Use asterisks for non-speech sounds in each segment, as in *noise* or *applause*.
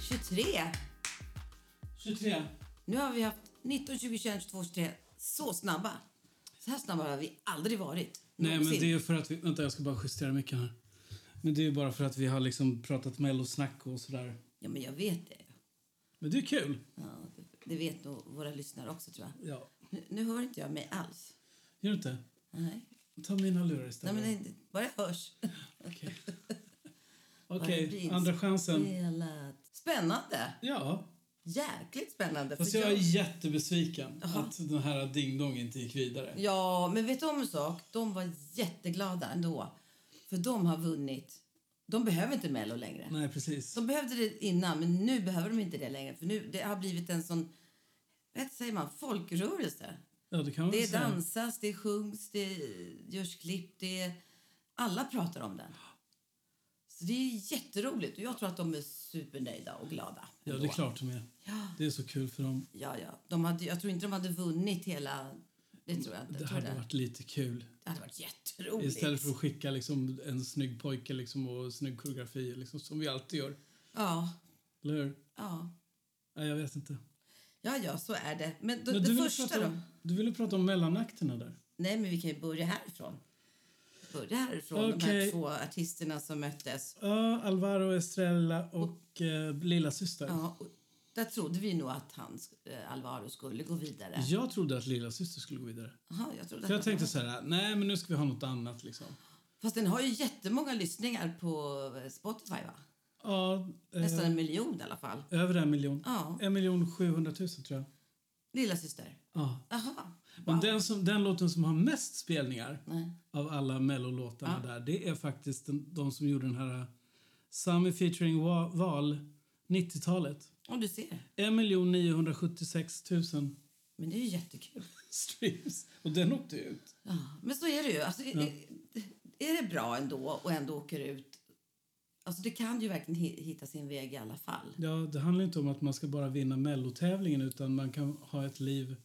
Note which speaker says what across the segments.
Speaker 1: 23.
Speaker 2: 23.
Speaker 1: Nu har vi haft 19, 20, 21, 22, 23. Så snabba. Så här snabba har vi aldrig varit.
Speaker 2: Nej, men
Speaker 1: Någonsin.
Speaker 2: det är för att vi... Vänta, jag ska bara justera mycket här. Men det är ju bara för att vi har liksom pratat mellosnack och sådär.
Speaker 1: Ja, men jag vet det.
Speaker 2: Men det är kul.
Speaker 1: Ja, det- det vet nog våra lyssnare också, tror jag.
Speaker 2: Ja.
Speaker 1: Nu, nu hör inte jag mig alls.
Speaker 2: Gör du inte?
Speaker 1: Nej,
Speaker 2: Ta mina lurar istället.
Speaker 1: Nej men det, bara jag hörs.
Speaker 2: Okej.
Speaker 1: Bara
Speaker 2: Okej,
Speaker 1: det blir
Speaker 2: andra chansen.
Speaker 1: inspelat. Spännande!
Speaker 2: Ja.
Speaker 1: Jäkligt spännande.
Speaker 2: Fast
Speaker 1: för
Speaker 2: jag är
Speaker 1: jag-
Speaker 2: jättebesviken
Speaker 1: Jaha.
Speaker 2: att den här ding-dong inte gick vidare.
Speaker 1: Ja, men vet du om en sak? De var jätteglada ändå. För de har vunnit. De behöver inte Mello längre.
Speaker 2: Nej, precis.
Speaker 1: De behövde det innan, men nu behöver de inte det längre. För nu, Det har blivit en sån, vet säger man, folkrörelse.
Speaker 2: Ja, det kan man
Speaker 1: Det
Speaker 2: väl
Speaker 1: är
Speaker 2: säga.
Speaker 1: dansas, det sjungs, det görs klipp. Det är, alla pratar om den. Så det är jätteroligt. Och jag tror att de är supernöjda och glada.
Speaker 2: Ja, det är
Speaker 1: ändå.
Speaker 2: klart de är.
Speaker 1: Ja.
Speaker 2: Det är så kul för dem.
Speaker 1: Ja, ja. De hade, jag tror inte de hade vunnit hela... Det tror jag inte.
Speaker 2: Det
Speaker 1: tror
Speaker 2: hade
Speaker 1: det.
Speaker 2: varit lite kul.
Speaker 1: det hade varit jätteroligt.
Speaker 2: Istället för att skicka liksom en snygg pojke liksom och snygg koreografi, liksom, som vi alltid gör.
Speaker 1: Ja,
Speaker 2: Eller hur?
Speaker 1: ja.
Speaker 2: Nej, jag vet inte.
Speaker 1: Ja, ja, så är det. Men, då,
Speaker 2: Men
Speaker 1: det
Speaker 2: ville
Speaker 1: första
Speaker 2: prata
Speaker 1: då?
Speaker 2: om, du ville prata om mellanakterna där.
Speaker 1: Nej, men vi kan ju börja härifrån. Börja härifrån, de här
Speaker 2: Okej.
Speaker 1: två artisterna som möttes.
Speaker 2: Ja, Alvaro Estrella och eh, lilla syster.
Speaker 1: Ja, och där trodde vi nog att han, sk- eh, Alvaro skulle gå vidare.
Speaker 2: Jag trodde att lilla syster skulle gå vidare.
Speaker 1: Jaha, jag trodde
Speaker 2: För
Speaker 1: att
Speaker 2: jag
Speaker 1: han-
Speaker 2: tänkte så här, nej men nu ska vi ha något annat liksom.
Speaker 1: Fast den har ju jättemånga lyssningar på eh, Spotify, va?
Speaker 2: Ja, eh,
Speaker 1: Nästan en miljon i alla fall.
Speaker 2: över en miljon.
Speaker 1: Ja.
Speaker 2: En miljon sjuhundratusen tror jag.
Speaker 1: Lilla syster.
Speaker 2: Ja.
Speaker 1: Jaha.
Speaker 2: Men den, som, den låten som har mest spelningar
Speaker 1: Nej.
Speaker 2: av alla mellolåtarna där, det är faktiskt den, de som gjorde den här eh, Sami featuring Wa- Val, 90-talet.
Speaker 1: Om du ser.
Speaker 2: 1 976 000
Speaker 1: Men det är ju jättekul.
Speaker 2: streams. Och den åkte ut.
Speaker 1: Ja, men så är det ju. Alltså, är- Är det bra ändå och ändå åker ut... Alltså det kan ju verkligen hi- hitta sin väg i alla fall.
Speaker 2: Ja, det handlar inte om att man ska bara vinna mellotävlingen utan man kan ha ett liv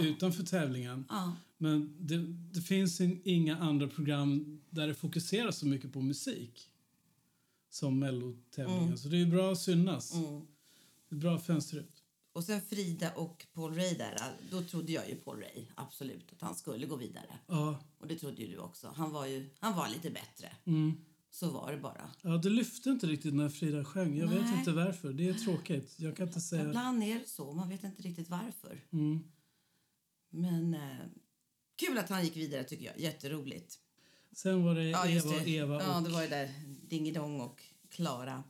Speaker 2: utanför tävlingen.
Speaker 1: Ja,
Speaker 2: Men det, det finns in, inga andra program där det fokuseras så mycket på musik som mellotävlingen.
Speaker 1: Mm.
Speaker 2: Så det är ju bra att synas. Det är bra fönster ut.
Speaker 1: och sen Frida och Paul Ray där. Då trodde jag ju Paul Ray, absolut, att han skulle gå vidare.
Speaker 2: Ja,
Speaker 1: Och det trodde ju du också. Han var ju, han var lite bättre. Så var det bara.
Speaker 2: mm. ja, det lyfte inte riktigt när Frida sjöng. Jag vet
Speaker 1: Nej.
Speaker 2: inte varför. Det är tråkigt. Jag kan inte säga... Mm.
Speaker 1: Ibland är det så, man vet inte riktigt varför. Men eh, kul att han gick vidare tycker jag, jätteroligt.
Speaker 2: Sen var det
Speaker 1: Ja, just
Speaker 2: Eva,
Speaker 1: det.
Speaker 2: Eva och...
Speaker 1: ja, det var ju där Dingedong och Klara.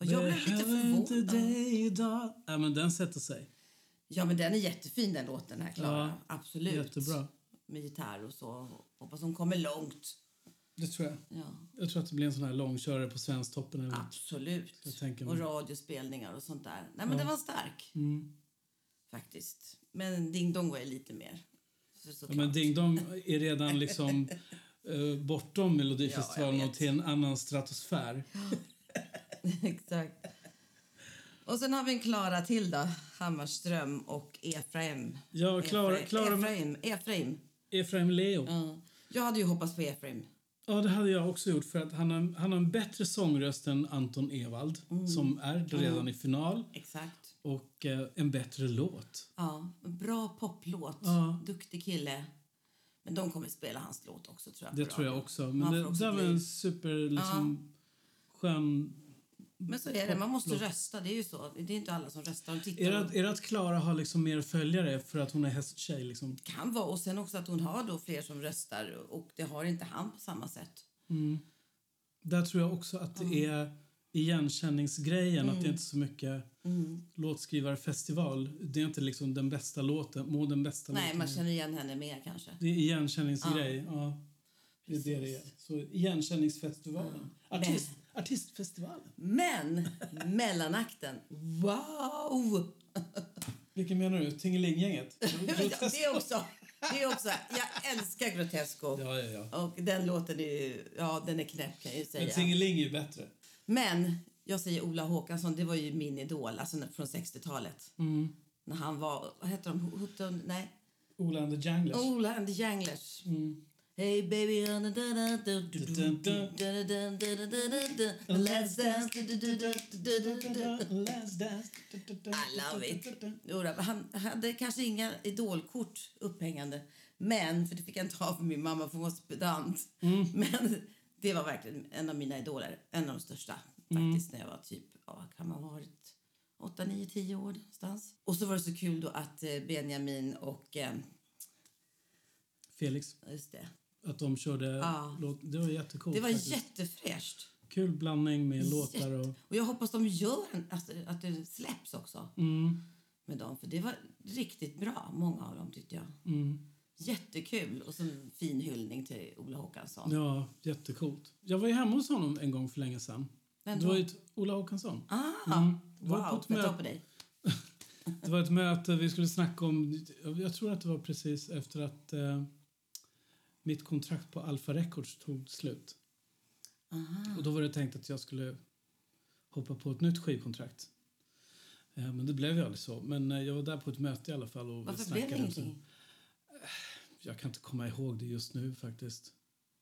Speaker 1: Och jag blev lite
Speaker 2: Behöver inte
Speaker 1: förvånad.
Speaker 2: dig idag. Ja, men den sätter sig.
Speaker 1: Ja, men den är jättefin den låten här, Klara.
Speaker 2: Ja,
Speaker 1: Absolut.
Speaker 2: jättebra.
Speaker 1: Med gitarr och så. Hoppas hon kommer långt.
Speaker 2: Det tror jag.
Speaker 1: Ja,
Speaker 2: Jag tror att det blir en sån här långkörare på Svensktoppen eller något.
Speaker 1: absolut.
Speaker 2: Jag tänker mig. Mm.
Speaker 1: Och radiospelningar och sånt där. Nej, men den var stark. Faktiskt. Men Ding Dong var ju lite mer. Så,
Speaker 2: Ja,
Speaker 1: såklart.
Speaker 2: men Ding Dong är redan liksom eh, bortom
Speaker 1: Ja,
Speaker 2: Melodifestivalen
Speaker 1: jag vet.
Speaker 2: och till en annan stratosfär.
Speaker 1: *laughs* Exakt. Och sen har vi en Klara till då. Hammarström och Efraim.
Speaker 2: Ja, Klara-
Speaker 1: Efraim.
Speaker 2: Klara-
Speaker 1: Efraim. Efraim.
Speaker 2: Efraim Leo.
Speaker 1: Ja. Jag hade ju hoppats på Efraim.
Speaker 2: Ja, det hade jag också gjort för att han har, han har en bättre sångröst än Anton Ewald
Speaker 1: Mm.
Speaker 2: som är redan i final
Speaker 1: Exakt.
Speaker 2: och eh, en bättre låt.
Speaker 1: Ja, en bra poplåt.
Speaker 2: Ja.
Speaker 1: Duktig kille. Men de kommer spela hans låt också tror jag.
Speaker 2: Det
Speaker 1: på
Speaker 2: tror jag
Speaker 1: radio.
Speaker 2: också.
Speaker 1: Man
Speaker 2: Men det
Speaker 1: får också
Speaker 2: där var
Speaker 1: bli-
Speaker 2: en super liksom, skön...
Speaker 1: Men så är det, man måste
Speaker 2: poplåt.
Speaker 1: rösta. Det är ju så. Det är inte alla som röstar. De tittar
Speaker 2: Är det,
Speaker 1: och-
Speaker 2: att- är det att Klara har liksom mer följare för att hon är hästtjej? Liksom?
Speaker 1: kan vara. Och sen också att hon har då fler som röstar och det har inte han på samma sätt.
Speaker 2: Där tror jag också att det är igenkänningsgrejen, att det
Speaker 1: Mm.
Speaker 2: är inte så mycket låtskrivarfestival. Det är inte liksom den bästa låten, må den bästa
Speaker 1: Nej,
Speaker 2: låten.
Speaker 1: man känner igen henne mer kanske.
Speaker 2: Det är igenkänningsgrej, ja. Det är det det är. Så
Speaker 1: Mm.
Speaker 2: igenkänningsfestivalen. Artist, artistfestivalen.
Speaker 1: Men mellanakten, wow! *laughs*
Speaker 2: Vilka menar du? Tingelinggänget?
Speaker 1: Ja, det är också, det är också, jag älskar Grotesco.
Speaker 2: ja, ja, ja.
Speaker 1: Och den låten är ju, ja den är knäpp kan jag ju
Speaker 2: Men
Speaker 1: säga.
Speaker 2: Tingeling är ju bättre.
Speaker 1: Men jag säger Ola Håkansson, det var ju min idol, alltså när- från 60-talet. När han var, vad hette de, Hutton, nej, Oh,
Speaker 2: Ola and the Janglers.
Speaker 1: Ola and the Janglers. Hey baby, da- da- da- da- do- do- do- da- da- da- da- da- da- da- da. let's dance. da- da- da- da- da- da- da.
Speaker 2: Let's dance.
Speaker 1: I love it. Jodå, han hade kanske inga idolkort upphängande. Men, för det fick jag inte ha för min mamma för hon var så pedant. Men det var verkligen en av mina idoler. En av de största faktiskt när jag var typ, ja vad kan man ha varit? 8, 9, 10 år någonstans. Och så var det så kul då att eh, Benjamin och, eh,
Speaker 2: Felix,
Speaker 1: just det.
Speaker 2: att de körde
Speaker 1: Ja.
Speaker 2: låt. Det var jättecoolt.
Speaker 1: Det var
Speaker 2: faktiskt.
Speaker 1: jättefräscht.
Speaker 2: Kul blandning med låtar
Speaker 1: Jätte-
Speaker 2: och...
Speaker 1: Och jag hoppas de gör en, alltså, att det släpps också
Speaker 2: Mm,
Speaker 1: med dem. För det var riktigt bra, många av dem tyckte jag.
Speaker 2: mm.
Speaker 1: Jättekul och så en fin hyllning till Ola Håkansson.
Speaker 2: Ja, jättecoolt. Jag var ju hemma hos honom en gång för länge sedan.
Speaker 1: Vem
Speaker 2: Det var
Speaker 1: då?
Speaker 2: ju ett- Ola Håkansson.
Speaker 1: Ah,
Speaker 2: Det var på
Speaker 1: wow,
Speaker 2: ett
Speaker 1: får jag ta
Speaker 2: möte.
Speaker 1: på dig?
Speaker 2: Det var ett möte vi skulle snacka om... Jag tror att det var precis efter att eh, mitt kontrakt på Alpha Records tog slut.
Speaker 1: Aha.
Speaker 2: Och då var det tänkt att jag skulle hoppa på ett nytt skivkontrakt. Eh, Men det blev ju aldrig så. Men eh, jag var där på ett möte i alla fall. Och vi
Speaker 1: Varför
Speaker 2: snackade
Speaker 1: blev det
Speaker 2: om sen.
Speaker 1: ingenting?
Speaker 2: Jag kan inte komma ihåg det just nu faktiskt.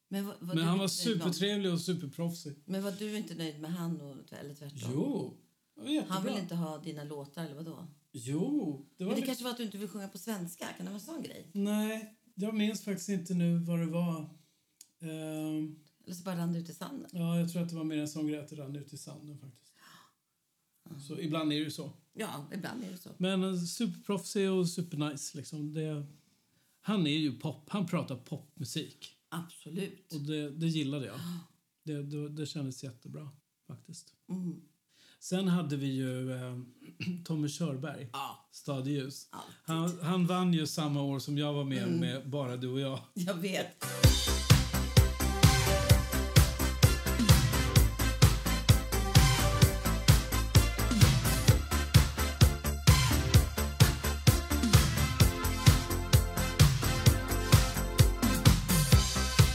Speaker 1: Men, vad, vad
Speaker 2: Men
Speaker 1: du
Speaker 2: han var
Speaker 1: inte nöjd med honom?
Speaker 2: supertrevlig och superproffsig.
Speaker 1: Men var du inte nöjd med han och, eller tvärtom?
Speaker 2: Jo, det var jättebra.
Speaker 1: Han vill inte ha dina låtar eller vadå?
Speaker 2: Jo, det var
Speaker 1: Men det
Speaker 2: lite-
Speaker 1: kanske var att du inte vill sjunga på svenska? Kan det vara en sån grej?
Speaker 2: Nej, jag minns faktiskt inte nu vad det var. Ehm,
Speaker 1: Eller så bara rann det ut i sanden?
Speaker 2: ja, jag tror att det var mer en sån grej att det rann ut i sanden faktiskt. Så ibland är det ju så.
Speaker 1: Ja, ibland är det så.
Speaker 2: Men eh, superproffsig och supernice. Liksom. Det, han är ju pop. Han pratar popmusik.
Speaker 1: Absolut.
Speaker 2: Och det, det gillade jag. Det, det, det kändes jättebra faktiskt.
Speaker 1: Mm.
Speaker 2: Sen hade vi ju eh, *clears throat* Tommy Körberg,
Speaker 1: Ja,
Speaker 2: Stadljus.
Speaker 1: alltid.
Speaker 2: Han, han vann ju samma år som jag var med
Speaker 1: Mm.
Speaker 2: med Bara du och jag.
Speaker 1: Jag vet.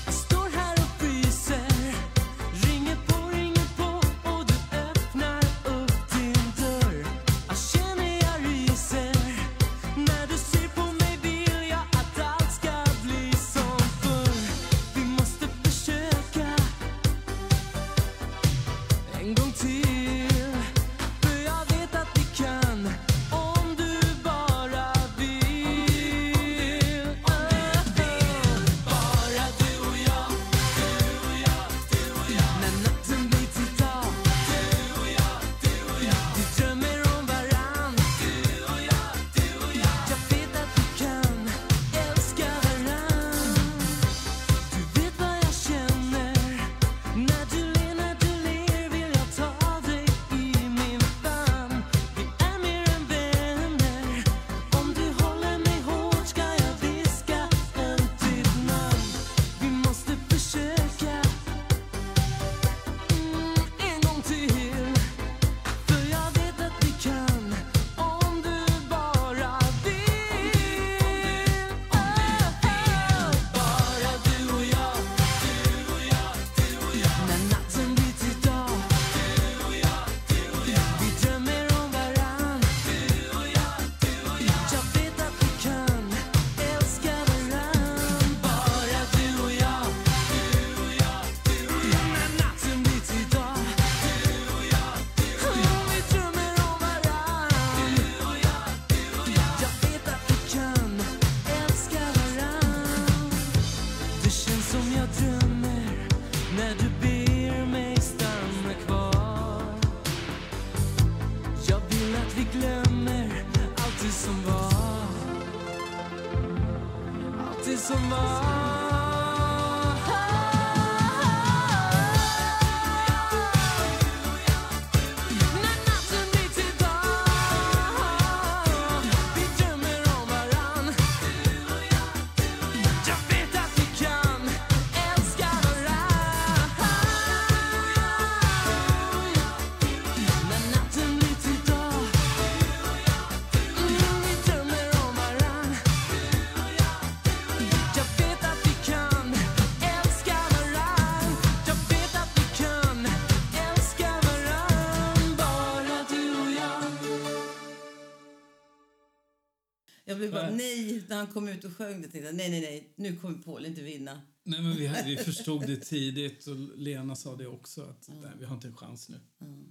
Speaker 3: Jag står här och pyser Ringer på, ringer på och du öppnar upp din dörr Jag känner jag ryser När du ser på mig vill jag att allt ska bli som förr Vi måste försöka en gång till För jag vet att vi kan Om du bara vill Bara du och jag Du och jag, du och jag När natten blir till dag Du och jag, du och jag Vi drömmer om varann Du och jag, du och jag Jag vet att vi kan älska varann du vet vad jag känner När du ler, när du ler vill jag ta dig i min famn Vi är mer än vänner Om du håller mig hårt ska jag viska ett ditt namn Vi måste försöka Mm, En gång till för jag vet att vi kan om du bara vill Bara du och jag, du och jag, du och jag När natten blir till dag Du och jag, du och jag Vi drömmer om varann Du och jag, du och jag Jag vet att vi kan älska varann Bara du och jag, du och jag, du och jag När natten blir till dag vi drömmer om varann Du och jag, du och jag Jag vet att vi kan älska varann Det känns som jag drömmer När du ber mig stanna kvar Jag vill att vi glömmer allt det som var Allt det som var när natten blir till dag Vi drömmer om varann Jag vet att vi kan älska varann När natten blir till dag Vi drömmer om varann jag vet att vi kan älska varann Jag vet att vi kan älska varann Bara du och jag
Speaker 1: Jag blev bara nej när han kom ut och sjöng. det. tänkte jag, nej, nej, nej, nu kommer Paul inte vinna.
Speaker 2: Nej, men vi, vi förstod det tidigt och Lena sa det också. Att nej, vi har inte en chans nu.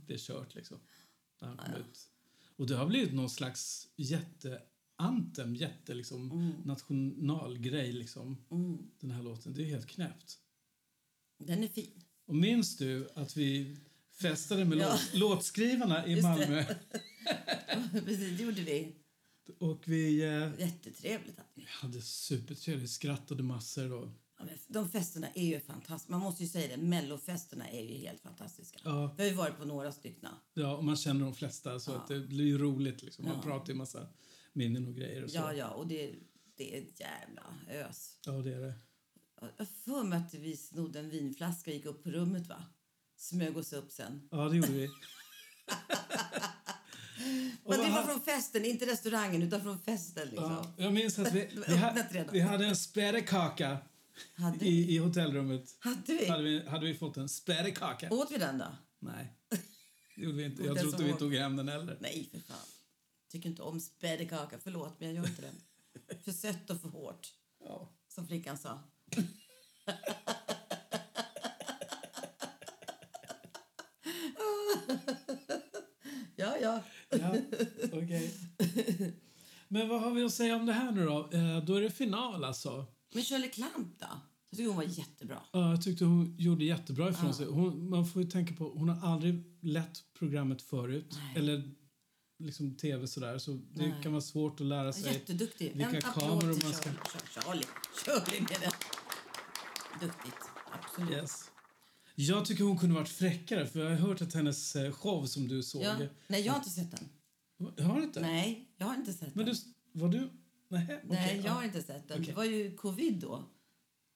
Speaker 2: Det är kört liksom. När han kom ut. Och det har blivit någon slags jätteantem, jätte liksom,
Speaker 1: Mm.
Speaker 2: nationalgrej liksom. Den här låten. Det är helt knäppt.
Speaker 1: Den är fin. *laughs*
Speaker 2: Och minns du att vi festade med
Speaker 1: Ja.
Speaker 2: låt, låtskrivarna i
Speaker 1: Just det.
Speaker 2: Malmö?
Speaker 1: Precis, det gjorde vi.
Speaker 2: Och vi eh,
Speaker 1: Jättetrevligt.
Speaker 2: hade supertrevligt, skrattade massor. då.
Speaker 1: Ja, men De festerna är ju fantastiska. Man måste ju säga det, mellofesterna är ju helt fantastiska.
Speaker 2: Ja.
Speaker 1: Vi har ju varit på några stycken.
Speaker 2: Ja, och man känner de flesta, så att det blir ju roligt. Liksom. Man pratar ju en massa minnen och grejer. Och så.
Speaker 1: Ja, ja, och det, det är ett jävla ös.
Speaker 2: Ja, det är det.
Speaker 1: Jag har för mig att vi snodde en vinflaska och gick upp på rummet, va? Smög oss upp sen.
Speaker 2: Ja, det gjorde vi. Och
Speaker 1: Men det
Speaker 2: vad
Speaker 1: var
Speaker 2: ha-
Speaker 1: från festen, inte restaurangen, utan från festen liksom.
Speaker 2: ja, jag minns att vi, vi,
Speaker 1: Öppnat
Speaker 2: ha,
Speaker 1: redan.
Speaker 2: vi hade en spädekaka
Speaker 1: Hade vi?
Speaker 2: i, i hotellrummet.
Speaker 1: Hade vi?
Speaker 2: Hade vi, hade vi fått en spädekaka?
Speaker 1: Åt vi den då?
Speaker 2: Nej, det gjorde vi inte.
Speaker 1: Och
Speaker 2: Jag
Speaker 1: den
Speaker 2: tror inte
Speaker 1: som
Speaker 2: vi
Speaker 1: åt-
Speaker 2: tog hem den heller.
Speaker 1: Nej, för fan. Tycker inte om spädekaka. Förlåt, men jag gör inte den.
Speaker 2: *laughs*
Speaker 1: För sött och för hårt,
Speaker 2: Ja.
Speaker 1: som flickan sa. ja, ja.
Speaker 2: Ja, okej. Men vad har vi att säga om det här nu då? Eh, då är det final alltså.
Speaker 1: Men Shirley Clamp då? Jag tycker hon var jättebra.
Speaker 2: Ja, jag tyckte hon gjorde jättebra ifrån sig. Hon, man får ju tänka på, hon har aldrig lett programmet förut.
Speaker 1: Nej.
Speaker 2: Eller liksom tv sådär. Så det
Speaker 1: Nej.
Speaker 2: kan vara svårt att lära sig.
Speaker 1: Jätteduktig.
Speaker 2: Alltså, vilka
Speaker 1: en applåd
Speaker 2: kameror
Speaker 1: till
Speaker 2: man ska-
Speaker 1: Shirley. Shir- Shirley. Shirley med det. Duktigt. Absolut.
Speaker 2: Yes. Jag tycker hon kunde varit fräckare. För jag har hört att hennes eh, show som du såg...
Speaker 1: Ja. Nej, jag har inte sett den.
Speaker 2: Har du inte?
Speaker 1: Nej, jag har inte sett
Speaker 2: Men
Speaker 1: den.
Speaker 2: du, var du... Nej,
Speaker 1: Nej,
Speaker 2: okej,
Speaker 1: jag
Speaker 2: ja.
Speaker 1: har inte sett den.
Speaker 2: Okej.
Speaker 1: Det var ju covid då.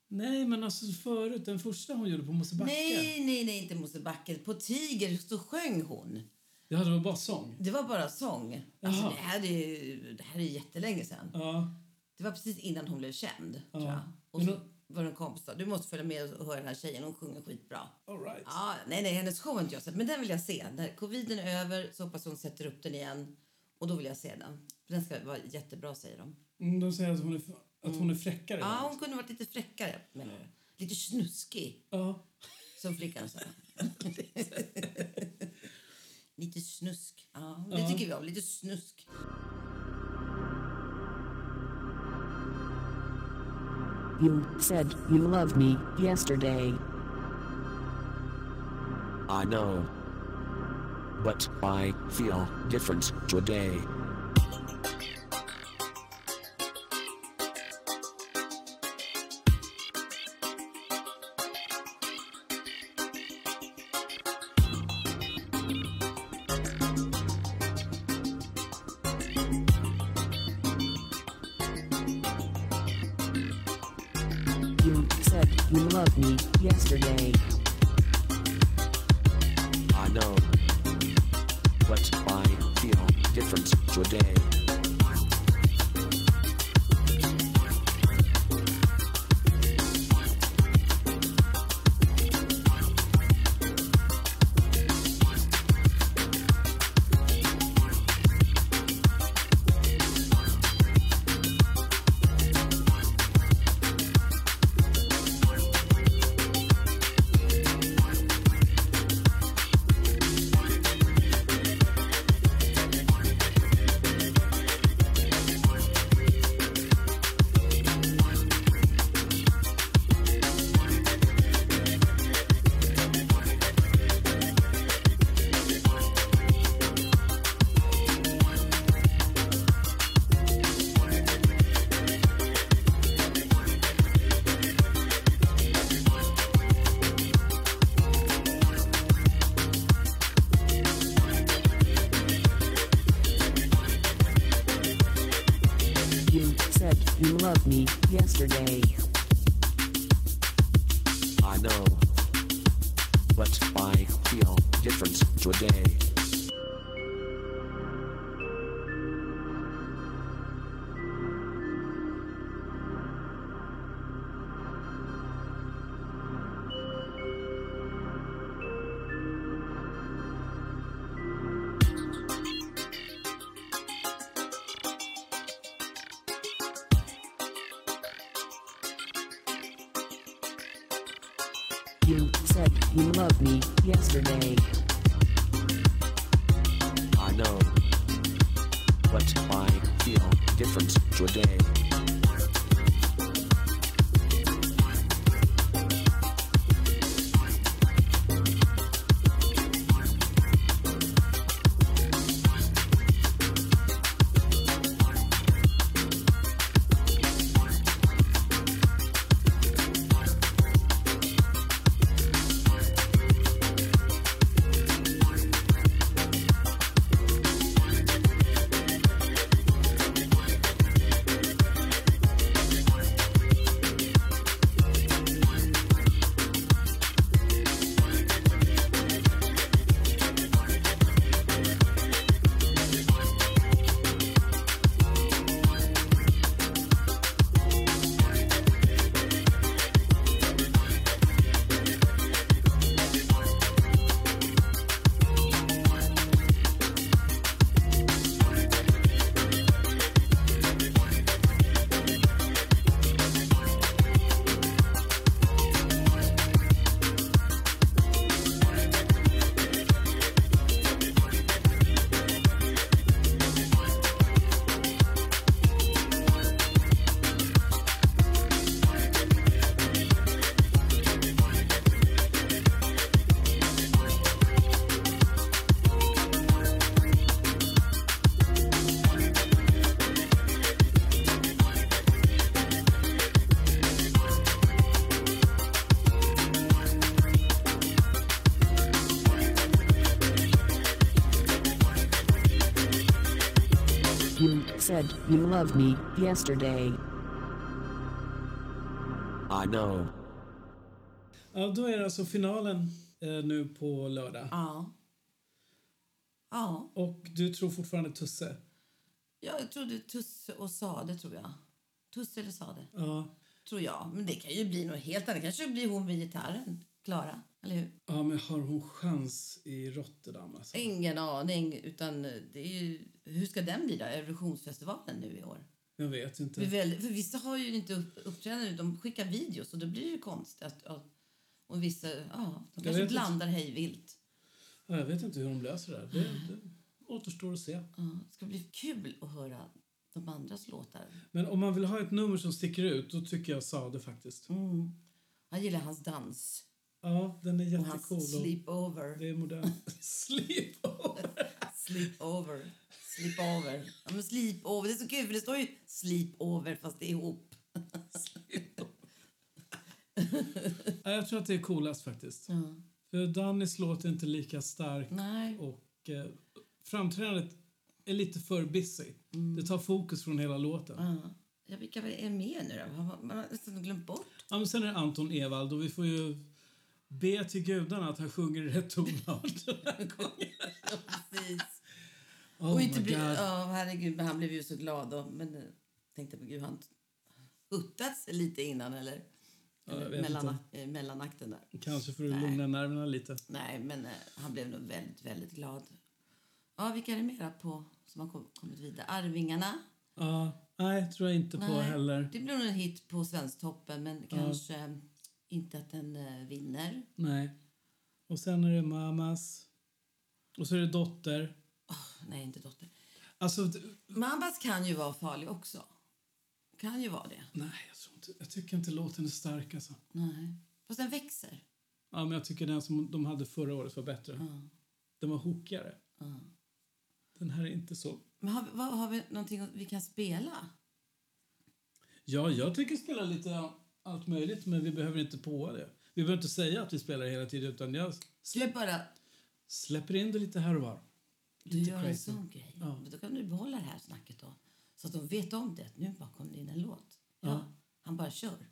Speaker 2: Nej, men alltså förut, den första hon gjorde på Mosebacke.
Speaker 1: Nej, nej, nej, inte Mosebacke. På Tiger så sjöng hon.
Speaker 2: Ja, det var bara sång.
Speaker 1: Det var bara sång. Alltså,
Speaker 2: Jaha.
Speaker 1: det, här är ju, det här är jättelänge sedan.
Speaker 2: Ja.
Speaker 1: Det var precis innan hon blev känd. Tror jag. Och
Speaker 2: Men
Speaker 1: så
Speaker 2: hon-
Speaker 1: var det en kompis sa, du måste följa med och höra den här tjejen. Hon sjunger skitbra.
Speaker 2: All right.
Speaker 1: Ja, nej, nej, hennes show har inte jag sett, men den vill jag se. När coviden är över så hoppas hon sätter upp den igen. Och då vill jag se den. För Den ska vara jättebra, säger de.
Speaker 2: Mm, De säger att hon är, att hon är fräckare.
Speaker 1: Mm. Ja, hon kunde varit lite fräckare, menar du? Lite snuskig.
Speaker 2: ja.
Speaker 1: Som flickan
Speaker 2: *laughs*
Speaker 1: sa. *laughs* Lite snusk. Ja, det
Speaker 2: Ja.
Speaker 1: tycker vi om. Lite snusk.
Speaker 4: You said you loved me yesterday.
Speaker 5: I know. But I feel different today.
Speaker 4: You said you loved me yesterday.
Speaker 5: I know. But I feel different today.
Speaker 4: You said you loved me yesterday.
Speaker 5: I know. But I feel different today.
Speaker 4: You said you loved me yesterday.
Speaker 5: I know. But I feel different today.
Speaker 4: You said you loved me yesterday.
Speaker 5: I know.
Speaker 2: Ja, då är det alltså finalen eh, nu på lördag.
Speaker 1: Ja. Ja,
Speaker 2: Och du tror fortfarande Tusse?
Speaker 1: jag trodde Tusse och Sade, tror jag. Tusse eller Sade,
Speaker 2: Ja.
Speaker 1: tror jag. Men det kan ju bli något helt annat. kanske blir hon med gitarren, Klara. Eller hur?
Speaker 2: Ja, men har hon chans i Rotterdam alltså?
Speaker 1: Ingen aning. Utan eh, det är ju, hur ska den bli då? Eurovisionsfestivalen nu i år?
Speaker 2: Jag vet
Speaker 1: Vi
Speaker 2: inte.
Speaker 1: väl, för vissa har ju inte upp- uppträdande, de skickar videos och då blir det ju konstigt. Att, att, och vissa, ja, de
Speaker 2: vet
Speaker 1: kanske
Speaker 2: inte.
Speaker 1: blandar hejvilt.
Speaker 2: Ja, jag vet inte hur de löser det här. Det,
Speaker 1: Mm.
Speaker 2: det återstår att se.
Speaker 1: Ja, det ska bli kul att höra de andras låtar.
Speaker 2: Men om man vill ha ett nummer som sticker ut, då tycker jag Sade faktiskt.
Speaker 1: Mm. Jag gillar hans dans
Speaker 2: Ja, den är
Speaker 1: och hans
Speaker 2: jättecool. Och
Speaker 1: sleepover.
Speaker 2: det
Speaker 1: *laughs*
Speaker 2: är modernt. Sleepover!
Speaker 1: Sleepover. Sleepover. Ja, men sleepover. Det är så kul, för det står ju sleepover fast det är ihop.
Speaker 2: Ja, jag tror att det är coolast faktiskt. För Dannys låt är inte lika stark
Speaker 1: Nej.
Speaker 2: och eh, framträdandet är lite för busy. Det tar fokus från hela låten.
Speaker 1: Mm. Ja. Ja, vilka är med nu då? Har Man man har nästan glömt bort.
Speaker 2: Ja, men sen är det Anton Ewald och vi får ju be till gudarna att han sjunger i rätt tonart.
Speaker 1: Precis. *laughs*
Speaker 2: Oh
Speaker 1: och
Speaker 2: my
Speaker 1: inte bli,
Speaker 2: god.
Speaker 1: ja, herregud, men han blev ju så glad då. Men eh, tänkte på gud, han huttat sig lite innan eller?
Speaker 2: jag
Speaker 1: eller
Speaker 2: vet
Speaker 1: mellan,
Speaker 2: inte.
Speaker 1: eh, mellanakten där.
Speaker 2: Kanske för att lugna nerverna lite.
Speaker 1: Nej, men eh, han blev nog väldigt, väldigt glad. Ja, vilka är det mera på som har kom- kommit vidare? Arvingarna?
Speaker 2: Ja, nej, tror jag inte på
Speaker 1: Nej,
Speaker 2: heller.
Speaker 1: Det blev nog en hit på Svensktoppen, men kanske inte att den eh, vinner.
Speaker 2: Nej. Och sen är det Mamas. Och så är det Dotter.
Speaker 1: Nej, inte Dotter.
Speaker 2: Alltså, d-
Speaker 1: Mambas kan ju vara farlig också. Kan ju vara det.
Speaker 2: nej, jag, tror inte, jag tycker inte låten är stark alltså.
Speaker 1: Nej. Fast den växer.
Speaker 2: Ja, men jag tycker den som de hade förra året var bättre. Den var hookigare. Den här är inte så...
Speaker 1: Men har vi, vad, har vi någonting vi kan spela?
Speaker 2: Ja, jag tycker spela lite allt möjligt, men vi behöver inte på det. Vi behöver inte säga att vi spelar hela tiden, utan jag
Speaker 1: Släpp bara...
Speaker 2: släpper in det lite här och var.
Speaker 1: Du gör en
Speaker 2: crazy.
Speaker 1: sån grej.
Speaker 2: Ja.
Speaker 1: Men Då kan du behålla det här snacket då. Så att de vet om det. Att nu bara kom det in en låt. Ja. Han bara kör.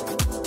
Speaker 5: I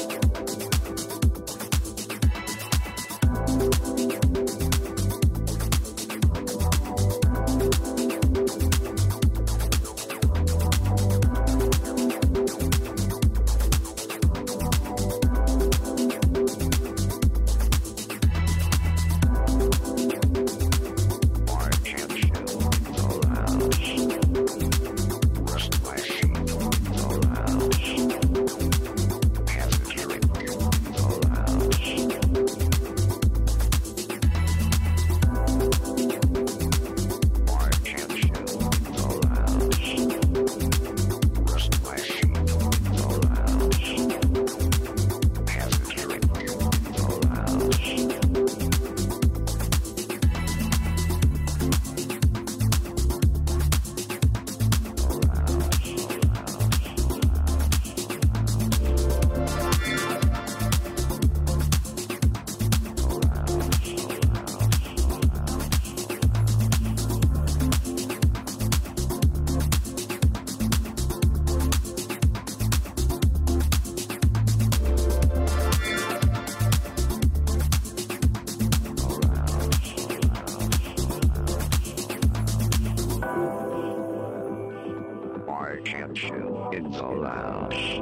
Speaker 6: pill in the lounge.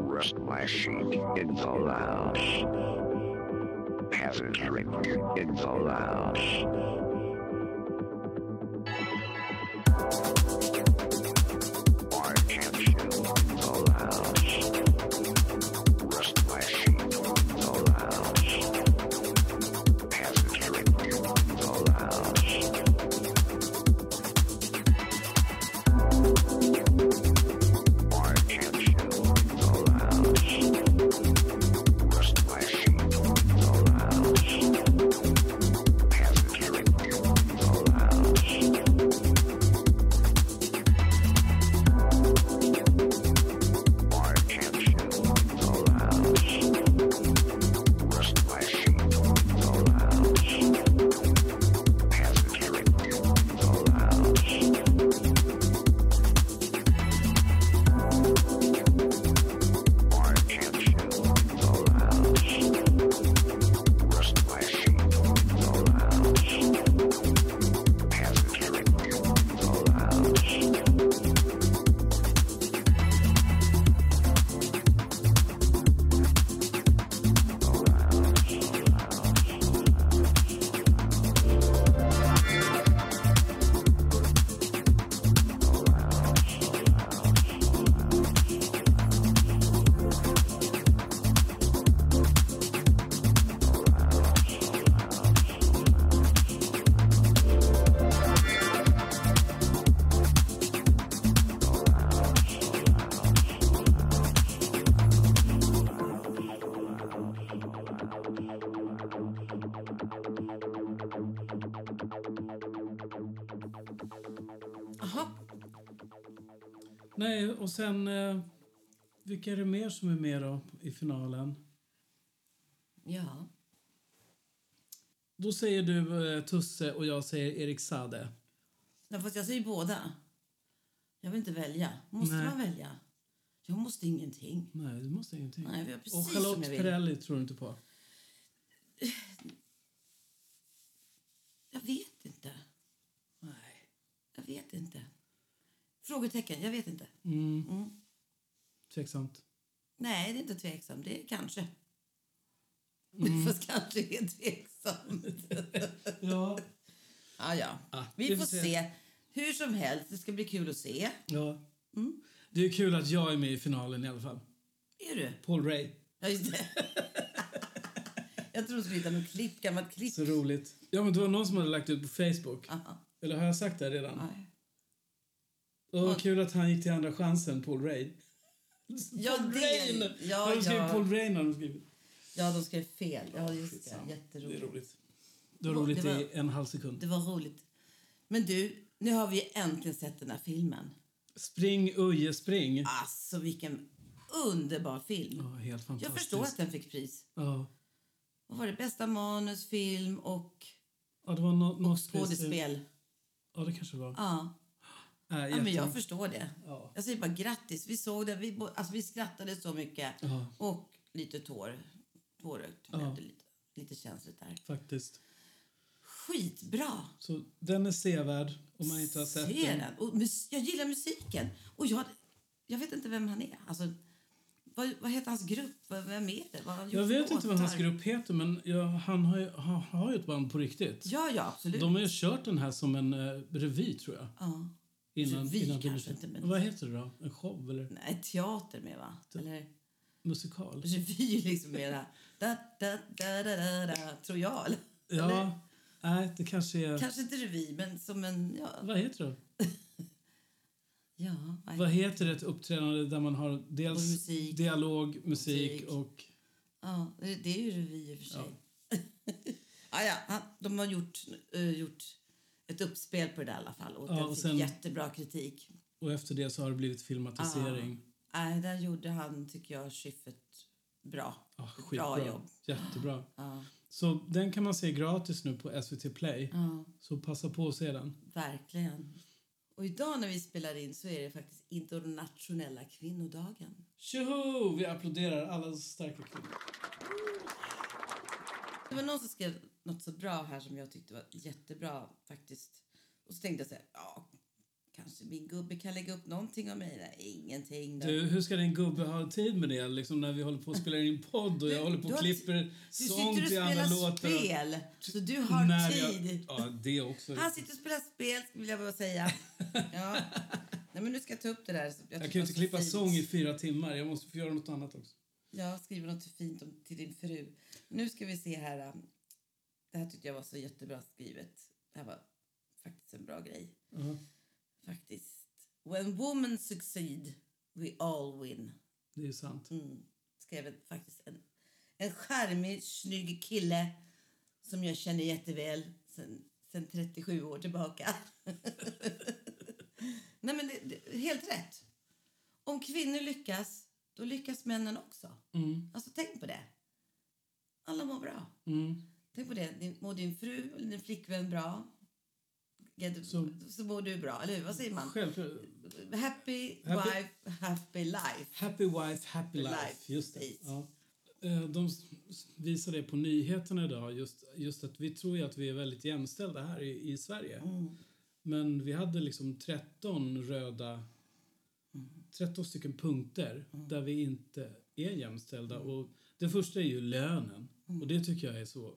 Speaker 6: Rest my sheet in the lounge. Have a drink in the lounge. Why can't you in the lounge? Rest my sheet in the lounge. Have a drink in the lounge. Why can't you in the lounge? Rest my sheet in the lounge. Have a drink in the lounge. Why can't you in the lounge? Rest my sheet in the lounge. Have a drink in the lounge. Why can't you in the lounge? Rest my sheet in the lounge. Have a drink in the lounge. The lounge, the lounge, the lounge.
Speaker 1: Jaha.
Speaker 2: Nej, och sen... Eh, vilka är det mer som är med då i finalen?
Speaker 1: Ja.
Speaker 2: Då säger du eh, Tusse och jag säger Erik Sade.
Speaker 1: Nej, fast jag säger båda. Jag vill inte välja. Måste
Speaker 2: Nej.
Speaker 1: man välja? Jag måste ingenting.
Speaker 2: Nej, du måste ingenting.
Speaker 1: Nej, vi gör precis
Speaker 2: och
Speaker 1: som
Speaker 2: Charlotte
Speaker 1: jag vill.
Speaker 2: Perrelli tror du inte på.
Speaker 1: Jag vet inte.
Speaker 2: Nej.
Speaker 1: Jag vet inte. Frågetecken. Jag vet inte.
Speaker 2: Mm.
Speaker 1: Mm.
Speaker 2: Tveksamt.
Speaker 1: Nej, det är inte tveksamt. Det är kanske. *laughs*
Speaker 2: Mm.
Speaker 1: Fast kanske är tveksamt.
Speaker 2: Ja.
Speaker 1: ja, ja.
Speaker 2: Ah,
Speaker 1: Vi får se. Hur som helst, det ska bli kul att se.
Speaker 2: Ja.
Speaker 1: Mm.
Speaker 2: Det är kul att jag är med i finalen i alla fall.
Speaker 1: Är du?
Speaker 2: Paul Ray.
Speaker 1: Ja, just
Speaker 2: *laughs*
Speaker 1: det. jag tror du skulle hitta något klipp, gammalt klipp.
Speaker 2: Så roligt. Ja, men det var någon som hade lagt ut på Facebook.
Speaker 1: Aha.
Speaker 2: Eller har jag sagt det redan?
Speaker 1: Nej.
Speaker 2: Åh, kul att han gick till andra chansen, Paul Ray.
Speaker 1: Ja,
Speaker 2: Paul
Speaker 1: det-
Speaker 2: Rain!
Speaker 1: ja,
Speaker 2: har de skrivit
Speaker 1: ja.
Speaker 2: Paul Rain? Har de skrivit.
Speaker 1: Ja, de skrev fel. Ja, just det.
Speaker 2: Skitsamma. Det är
Speaker 1: Jätteroligt.
Speaker 2: roligt. Det var
Speaker 1: Det var-
Speaker 2: roligt
Speaker 1: det var-
Speaker 2: i en halv sekund.
Speaker 1: Det var roligt. Men du, nu har vi äntligen sett den här filmen.
Speaker 2: Spring, Uje, spring.
Speaker 1: Alltså, vilken underbar film.
Speaker 2: Ja, helt
Speaker 1: Jag
Speaker 2: fantastiskt.
Speaker 1: förstår att den fick pris.
Speaker 2: Ja.
Speaker 1: Vad var det? Bästa manus, film och,
Speaker 2: ja, det var no-
Speaker 1: och
Speaker 2: något
Speaker 1: skådespel.
Speaker 2: Ja, det kanske det var.
Speaker 1: Ja.
Speaker 2: Äh,
Speaker 1: ja, men jag
Speaker 2: jätte-
Speaker 1: förstår det.
Speaker 2: Ja.
Speaker 1: Jag säger bara grattis. Vi såg det. Vi, bo- alltså, vi skrattade så mycket.
Speaker 2: Ja.
Speaker 1: Och lite tår. Tårögt blev
Speaker 2: Ja.
Speaker 1: det lite. Lite känsligt där.
Speaker 2: Faktiskt.
Speaker 1: Skitbra!
Speaker 2: Så den är sevärd om man inte har sett
Speaker 1: Ser
Speaker 2: den.
Speaker 1: den. Och mus- jag gillar musiken. Och jag, jag vet inte vem han är. Alltså, vad, vad heter hans grupp? Vad- Vem är det? Vad har han
Speaker 2: Jag
Speaker 1: gjort
Speaker 2: vet
Speaker 1: för
Speaker 2: inte vad hans
Speaker 1: låtar?
Speaker 2: grupp heter, men jag, han har ju, han har ju ett band på riktigt.
Speaker 1: Ja, ja, absolut.
Speaker 2: De har ju kört den här som en eh, revy, tror jag.
Speaker 1: Ja.
Speaker 2: Innan,
Speaker 1: Revy
Speaker 2: innan det
Speaker 1: kanske
Speaker 2: blev-
Speaker 1: inte, men-
Speaker 2: Vad heter det då? En show eller
Speaker 1: Nej, teater med, va? Eller
Speaker 2: musikal?
Speaker 1: revy *laughs* är liksom mera... Da, da, da, da, da, da, tror jag. Eller? Eller?
Speaker 2: Ja, nej, det kanske är...
Speaker 1: Kanske inte revy, men som en... Ja,
Speaker 2: Vad heter det?
Speaker 1: ja vad-
Speaker 2: Vad heter ett uppträdande där man har dels
Speaker 1: Och musik.
Speaker 2: dialog, musik,
Speaker 1: Musik.
Speaker 2: och...
Speaker 1: Ja, det det är ju revy i och för sig. *laughs* Ah, Ja. ja, han- de har gjort, eh, gjort ett uppspel på det där i alla fall. Och
Speaker 2: Ja,
Speaker 1: den
Speaker 2: och
Speaker 1: fick
Speaker 2: sen-
Speaker 1: jättebra kritik.
Speaker 2: Och efter det så har det blivit filmatisering.
Speaker 1: Ah. Nej, där gjorde han, tycker jag, Schyffert bra.
Speaker 2: Ah,
Speaker 1: Ett
Speaker 2: skitbra.
Speaker 1: Bra jobb. Ah.
Speaker 2: Jättebra.
Speaker 1: Ja,
Speaker 2: Så den kan man se gratis nu på SVT Play.
Speaker 1: ja,
Speaker 2: Så passa på att se den.
Speaker 1: verkligen. Och idag när vi spelar in så är det faktiskt internationella kvinnodagen.
Speaker 2: Tjoho! Vi applåderar alla starka kvinnor.
Speaker 1: Det var någon som skrev något så bra här som jag tyckte var jättebra faktiskt. Och så tänkte jag så här, ja, kanske min gubbe kan lägga upp någonting om mig. Nej, ingenting. Då.
Speaker 2: Du, hur ska din gubbe ha tid med det liksom när vi håller på att spela in podd och jag håller på
Speaker 1: du
Speaker 2: och
Speaker 1: har-
Speaker 2: klipper
Speaker 1: du sitter
Speaker 2: sång
Speaker 1: och
Speaker 2: till alla
Speaker 1: spelar
Speaker 2: låtar?
Speaker 1: spel, så du har
Speaker 2: När
Speaker 1: tid.
Speaker 2: Jag, ja, det också.
Speaker 1: Han sitter och spelar spel, vill jag bara säga.
Speaker 2: *laughs*
Speaker 1: Ja. Nej, men nu ska jag ta upp det där. som
Speaker 2: Jag
Speaker 1: tyckte var
Speaker 2: kan ju inte
Speaker 1: så
Speaker 2: klippa
Speaker 1: fint.
Speaker 2: sång i fyra timmar. Jag måste få göra något annat också.
Speaker 1: Jag skriver något fint om, till din fru. Nu ska vi se här. eh, Det här tyckte jag var så jättebra skrivet. Det här var faktiskt en bra grej. Faktiskt. When women succeed, we all win.
Speaker 2: Det är ju sant.
Speaker 1: Mm. Skrev en- faktiskt en, en charmig, snygg kille som jag känner jätteväl sen, sen 37 år tillbaka. *laughs* Nej, men det, det, helt rätt. Om kvinnor lyckas, då lyckas männen också. Alltså Tänk på det. Alla mår bra. Mm. Tänk på det. Din- Mår din fru eller din flickvän bra ja, du, så. mår du bra. Eller hur? Vad säger man?
Speaker 2: Självklart.
Speaker 1: Happy,
Speaker 2: Happy-
Speaker 1: wife, happy life.
Speaker 2: Happy wife, happy life.
Speaker 1: Life,
Speaker 2: Just det.
Speaker 1: precis.
Speaker 2: Ja. Eh, De s- visar det på nyheterna idag. Just, just att Vi tror ju att vi är väldigt jämställda här i, i Sverige.
Speaker 1: Mm.
Speaker 2: Men vi hade liksom 13 röda... 13 stycken punkter
Speaker 1: Mm.
Speaker 2: där vi inte är jämställda. Och det första är ju lönen.
Speaker 1: Mm.
Speaker 2: Och det tycker jag är så,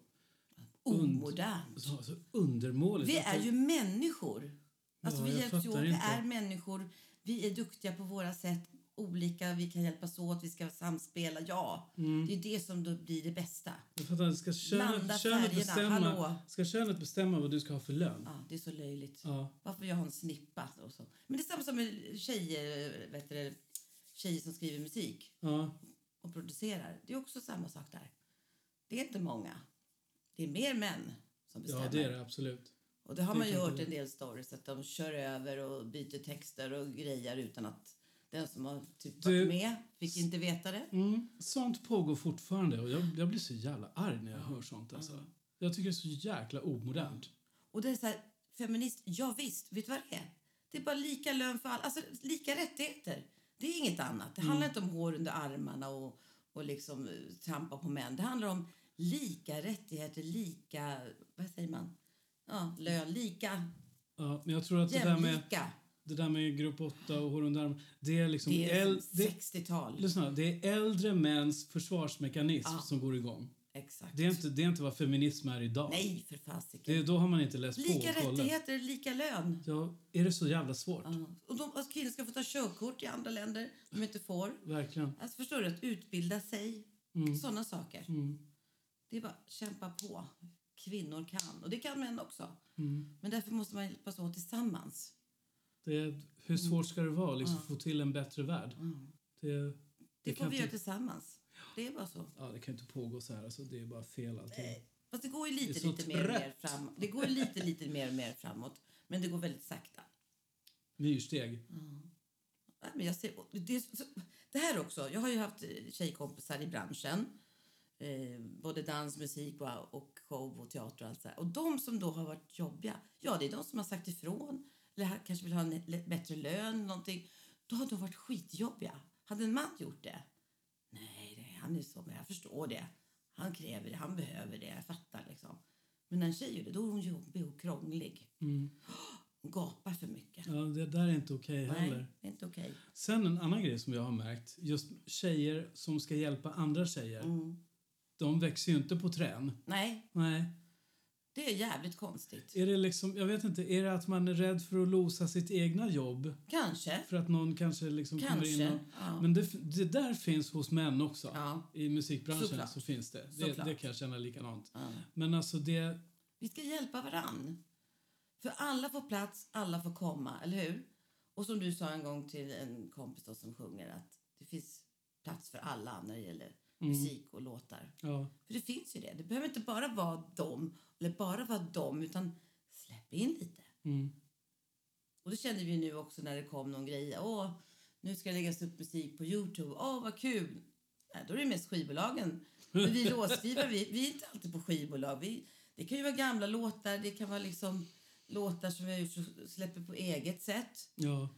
Speaker 1: Omodernt.
Speaker 2: så, så undermåligt.
Speaker 1: Vi
Speaker 2: Att
Speaker 1: är
Speaker 2: de-
Speaker 1: ju människor. Alltså
Speaker 2: Ja,
Speaker 1: vi
Speaker 2: jag
Speaker 1: hjälps ju
Speaker 2: fattar
Speaker 1: åt. Vi
Speaker 2: inte.
Speaker 1: är människor. Vi är duktiga på våra sätt. Olika, vi kan hjälpas åt, vi ska samspela. Ja,
Speaker 2: Mm.
Speaker 1: det är det som då blir det bästa.
Speaker 2: Jag fattar inte. Ska
Speaker 1: Blanda
Speaker 2: könet, könet,
Speaker 1: färgerna,
Speaker 2: bestämma,
Speaker 1: hallå.
Speaker 2: ska könet bestämma vad du ska ha för lön?
Speaker 1: Ja, det är så löjligt.
Speaker 2: Ja.
Speaker 1: Varför jag har en snippa och så. Men det är samma som med tjejer, vet du, det, tjejer som skriver musik
Speaker 2: Ja.
Speaker 1: och producerar. Det är också samma sak där. Det är inte många. Det är mer män som bestämmer.
Speaker 2: ja, det är det absolut.
Speaker 1: Och det har man ju
Speaker 2: kan jag
Speaker 1: hört
Speaker 2: tänka
Speaker 1: en del stories att de kör över och byter texter och grejer utan att den som har typ
Speaker 2: Du-
Speaker 1: varit med fick inte veta det.
Speaker 2: Mm. Sånt pågår fortfarande och jag, jag blir så jävla arg när jag hör sånt. Alltså. Jag tycker det är så jäkla omodernt.
Speaker 1: Och det är så här, feminist, ja visst, vet du vad det är? Det är bara lika lön för alla, alltså lika rättigheter. Det är inget annat. Det
Speaker 2: Mm.
Speaker 1: handlar inte om hår under armarna och, och liksom eh, trampa på män. Det handlar om lika rättigheter, lika, vad säger man? Ja, lön, lika,
Speaker 2: Ja, men jag tror att det där, med,
Speaker 1: jämlika.
Speaker 2: det där med grupp 8 och hår under armen, det är liksom...
Speaker 1: Det är
Speaker 2: äl- det,
Speaker 1: 60-tal.
Speaker 2: lyssna, det är äldre mäns försvarsmekanism som går igång.
Speaker 1: Exakt.
Speaker 2: Det är, inte, det är inte vad feminism är idag.
Speaker 1: Nej, för fasiken.
Speaker 2: Det, är- då har man inte läst på
Speaker 1: Lika
Speaker 2: och kollat.
Speaker 1: rättigheter, lika lön.
Speaker 2: Ja, är det så jävla svårt?
Speaker 1: Och de, att kvinnor ska få ta körkort i andra länder de inte får.
Speaker 2: Verkligen.
Speaker 1: Alltså, förstår du? Att utbilda sig.
Speaker 2: Mm.
Speaker 1: Sådana saker. Det är bara att kämpa på. Kvinnor kan. Och det kan män också.
Speaker 2: Mm.
Speaker 1: Men därför måste man hjälpas åt tillsammans.
Speaker 2: Det är,
Speaker 1: Mm.
Speaker 2: hur svårt ska det vara liksom, att få till en bättre värld? Det, det,
Speaker 1: Det, får
Speaker 2: kan
Speaker 1: vi
Speaker 2: inte,
Speaker 1: göra tillsammans. Det är bara så.
Speaker 2: ja, det kan ju inte pågå så här. Alltså, det är bara fel allting.
Speaker 1: Eh, Fast det går ju
Speaker 2: Det är
Speaker 1: lite,
Speaker 2: så
Speaker 1: lite mer, och mer
Speaker 2: trött.
Speaker 1: fram. Det går ju lite, lite mer och mer framåt. Men det går väldigt sakta.
Speaker 2: Myrsteg.
Speaker 1: Nej, men jag ser, och det, är så- det här också. Jag har ju haft eh, tjejkompisar i branschen. Eh, både dans, musik och, och show och teater och allt så här. Och de som då har varit jobbiga, ja det är de som har sagt ifrån. Eller ha- kanske vill ha en le- bättre lön eller någonting. Då har de varit skitjobbiga. Hade en man gjort det? Nej, det, han är så, men jag förstår det. Han kräver det, han behöver det, jag fattar liksom. Men när en tjej gör det, då är hon jobbig och krånglig. Hon gapar för mycket.
Speaker 2: Ja, det där är inte okej
Speaker 1: Nej,
Speaker 2: heller.
Speaker 1: det är inte okej.
Speaker 2: Sen en annan grej som jag har märkt. Just tjejer som ska hjälpa andra tjejer.
Speaker 1: Mm.
Speaker 2: De växer ju inte på trän.
Speaker 1: Nej,
Speaker 2: Nej.
Speaker 1: Det är jävligt konstigt.
Speaker 2: Är det liksom, jag vet inte, är det att man är rädd för att losa sitt egna jobb?
Speaker 1: Kanske.
Speaker 2: För att någon kanske liksom kommer
Speaker 1: Kanske,
Speaker 2: in och,
Speaker 1: ja.
Speaker 2: Men det, det där finns hos män också.
Speaker 1: Ja.
Speaker 2: I musikbranschen
Speaker 1: Såklart.
Speaker 2: så finns det. Det,
Speaker 1: Såklart.
Speaker 2: det kan jag känna likadant. Men alltså det...
Speaker 1: Vi ska hjälpa varann. För alla får plats, alla får komma, eller hur? Och som du sa en gång till en kompis då som sjunger att det finns plats för alla när det gäller musik och låtar.
Speaker 2: Ja,
Speaker 1: För det finns ju det. Det behöver inte bara vara dem, eller bara vara dem, utan släpp in lite.
Speaker 2: Mm.
Speaker 1: Och det kände vi nu också när det kom någon grej. Åh, nu ska det läggas upp musik på Youtube. Åh, vad kul! Nej, då är det mest skivbolagen. Men vi låtskrivare, vi, vi är inte alltid på skivbolag. Vi, det kan ju vara gamla låtar, det kan vara liksom låtar som vi har gjort, så- släpper på eget sätt.
Speaker 2: ja.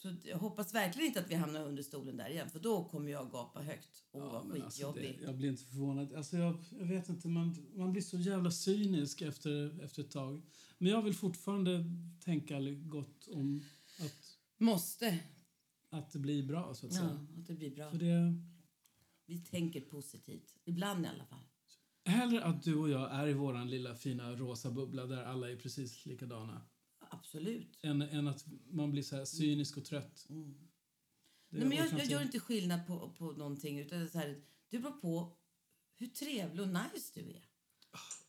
Speaker 1: Så jag hoppas verkligen inte att vi hamnar under stolen där igen för då kommer jag gapa högt och vara
Speaker 2: men alltså
Speaker 1: skitjobbig.
Speaker 2: det, jag blir inte förvånad. Alltså jag, jag vet inte, man, man blir så jävla cynisk efter, efter ett tag. Men jag vill fortfarande tänka gott om att,
Speaker 1: Måste.
Speaker 2: att det blir bra, så att
Speaker 1: Ja,
Speaker 2: säga.
Speaker 1: att det blir bra.
Speaker 2: För det,
Speaker 1: Vi tänker positivt. Ibland i alla fall.
Speaker 2: hellre att du och jag är i våran lilla fina rosa bubbla där alla är precis likadana
Speaker 1: Absolut.
Speaker 2: än, än att man blir så här cynisk och trött. Det
Speaker 1: Mm. Nej, men jag,
Speaker 2: orkar
Speaker 1: jag gör inte skillnad på, på någonting utan det är så här, det beror på hur trevlig och nice du är.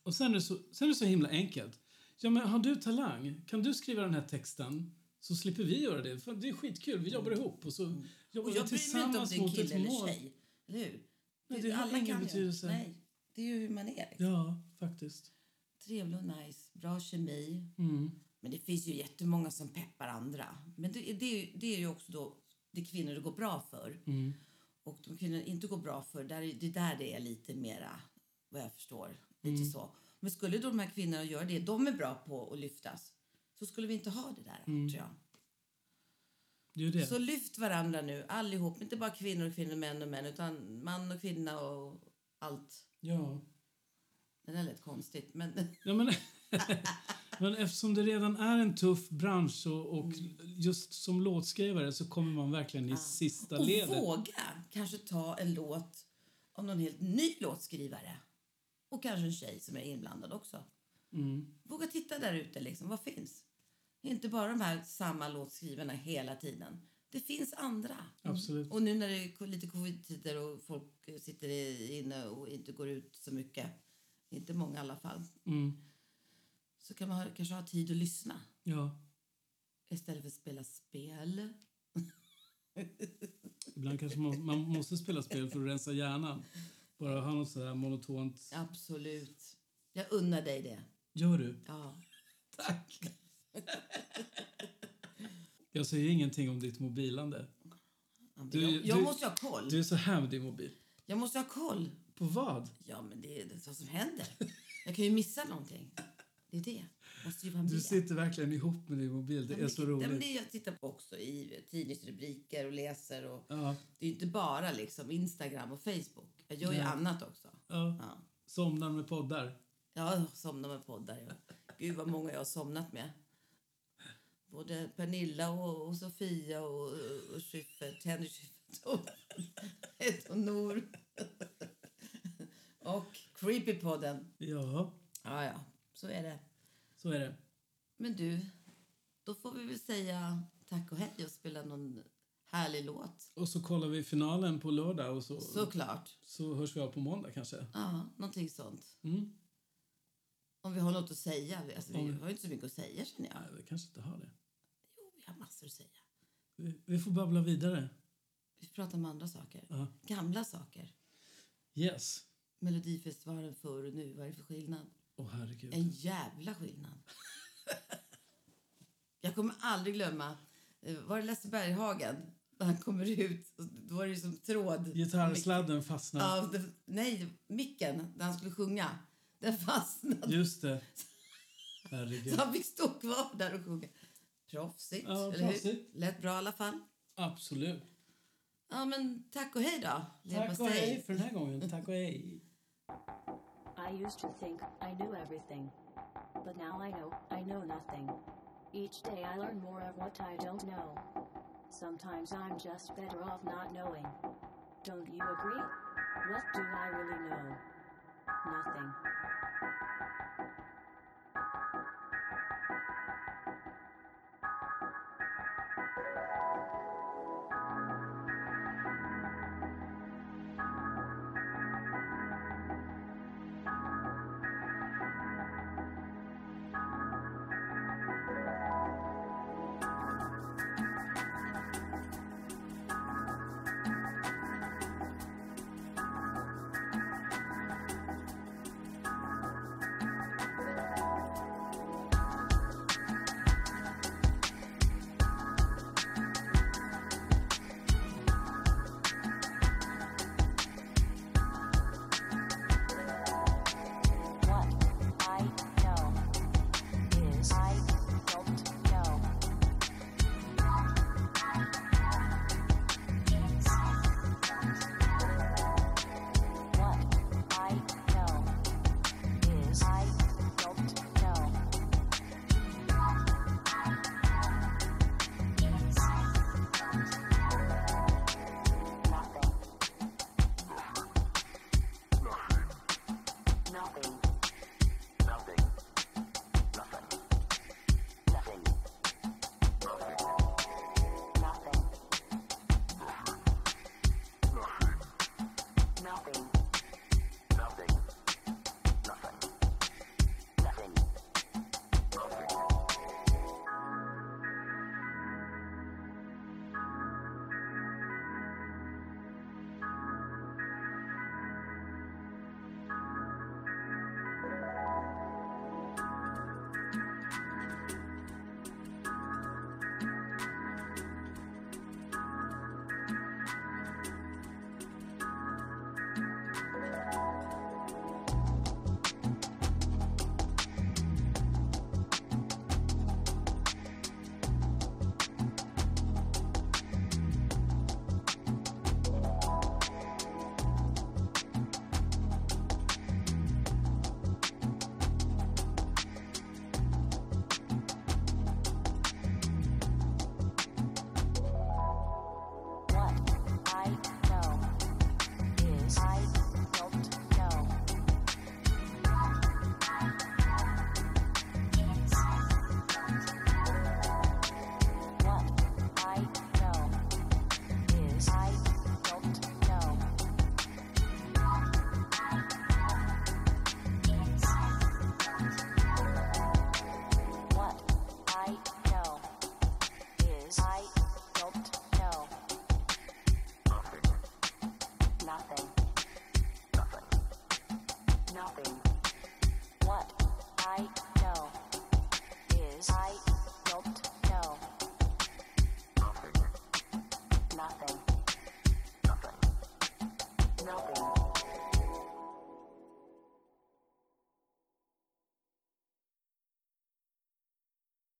Speaker 2: Och sen är, det så, sen är det så himla enkelt. Ja, men har du talang? Kan du skriva den här texten? Så slipper vi göra det. För det är skitkul. Vi jobbar ihop och så jobbar
Speaker 1: Mm. Och
Speaker 2: vi
Speaker 1: jag bryr mig inte om
Speaker 2: tillsammans
Speaker 1: det är en
Speaker 2: mot
Speaker 1: kille
Speaker 2: ett
Speaker 1: eller
Speaker 2: mål.
Speaker 1: tjej. Eller hur?
Speaker 2: Nej, det har ingen
Speaker 1: ju-
Speaker 2: betydelse.
Speaker 1: Nej, det är ju hur man är. Liksom.
Speaker 2: Ja, faktiskt.
Speaker 1: Trevlig och nice, bra kemi. Men det finns ju jättemånga som peppar andra. Men det, det, är ju- det är ju också då det kvinnor det går bra för. Och de kvinnor det inte går bra för, där är, det är där det är lite mera, vad jag förstår, lite så. Men skulle då de här kvinnorna göra det de är bra på att lyftas, så skulle vi inte ha det där, tror jag.
Speaker 2: Det är ju det.
Speaker 1: Så lyft varandra nu, allihop. Inte bara kvinnor och kvinnor, män och män, utan man och kvinna och allt.
Speaker 2: Ja.
Speaker 1: Det där lät konstigt, men...
Speaker 2: ja men, *laughs* men eftersom det redan är en tuff bransch och, och
Speaker 1: Mm.
Speaker 2: just som låtskrivare så kommer man verkligen i sista
Speaker 1: Ah. Och
Speaker 2: ledet.
Speaker 1: våga kanske ta en låt av någon helt ny låtskrivare. Och kanske en tjej som är inblandad också. Våga titta där ute, liksom. vad finns? Det är Inte bara de här samma låtskrivarna hela tiden. Det finns andra.
Speaker 2: Absolut.
Speaker 1: Och nu när det är ko- lite covid-tider och folk sitter i- inne och inte går ut så mycket, inte många i alla fall,
Speaker 2: Mm.
Speaker 1: så kan man ha, kanske ha tid att lyssna
Speaker 2: Ja,
Speaker 1: istället för att spela spel.
Speaker 2: ibland kanske man, man måste spela spel för att rensa hjärnan. Bara ha något sådär monotont.
Speaker 1: Absolut. Jag unnar dig det.
Speaker 2: Gör du?
Speaker 1: Ja.
Speaker 2: Tack. *laughs* Jag säger ingenting om ditt mobilande. Du-
Speaker 1: jag, jag
Speaker 2: du-
Speaker 1: måste ju ha koll.
Speaker 2: Du är så här med din mobil.
Speaker 1: Jag måste ha koll.
Speaker 2: På vad?
Speaker 1: Ja, men det är det är vad som händer. Jag kan ju missa någonting. Det är det. Måste ju vara med.
Speaker 2: Du sitter verkligen ihop med din mobil. Det
Speaker 1: Ja, men
Speaker 2: är så
Speaker 1: ja, men det
Speaker 2: roligt.
Speaker 1: är jag tittar på också i tidningsrubriker och läser. Och,
Speaker 2: Ja,
Speaker 1: Det är ju inte bara liksom Instagram och Facebook. Jag gör ju annat också.
Speaker 2: ja.
Speaker 1: Ja.
Speaker 2: Somnar med poddar.
Speaker 1: Jag somnar med poddar. Ja. Gud vad många jag har somnat med. Både Pernilla och, och Sofia och, och Schyffert, Henry Schyffert och, *laughs* och Nor. Och Creepypodden.
Speaker 2: Ja,
Speaker 1: Ja, ja, så är det.
Speaker 2: så är det.
Speaker 1: Men du, då får vi väl säga tack och hej och spela någon härlig låt.
Speaker 2: Och så kollar vi finalen på lördag och så, så.
Speaker 1: Såklart.
Speaker 2: hörs vi av på måndag kanske.
Speaker 1: Ja, någonting sånt.
Speaker 2: Mm.
Speaker 1: Om vi har något att säga. Vi- Alltså, vi har ju inte så mycket att säga känner jag.
Speaker 2: Nej, vi kanske inte har det.
Speaker 1: Jo, vi har massor att säga.
Speaker 2: Vi, vi får babbla vidare.
Speaker 1: Vi pratar om andra saker.
Speaker 2: Ja.
Speaker 1: Gamla saker.
Speaker 2: Yes.
Speaker 1: Melodifestivalen förr och nu, vad är det för skillnad?
Speaker 2: Åh herregud.
Speaker 1: En jävla skillnad. *laughs* Jag kommer aldrig glömma, eh, var det Lasse Berghagen? När han kommer ut, och då var det ju som tråd.
Speaker 2: Gitarrsladden fastnar.
Speaker 1: Ja, det, nej, micken när han skulle sjunga, den fastnade. *laughs*
Speaker 2: Just det. Herregud.
Speaker 1: Så han fick stå kvar där och sjunga. Proffsigt,
Speaker 2: Ja,
Speaker 1: eller hur?
Speaker 2: proffsigt.
Speaker 1: Lät bra i alla fall.
Speaker 2: Absolut.
Speaker 1: Ja, men tack och hej då.
Speaker 2: Tack och
Speaker 1: Leverpastej.
Speaker 2: hej för den här gången. Tack och hej.
Speaker 7: I used to think I knew everything. But now I know I know nothing. Each day I learn more of what I don't know. Sometimes I'm just better off not knowing. Don't you agree? What do I really know? Nothing.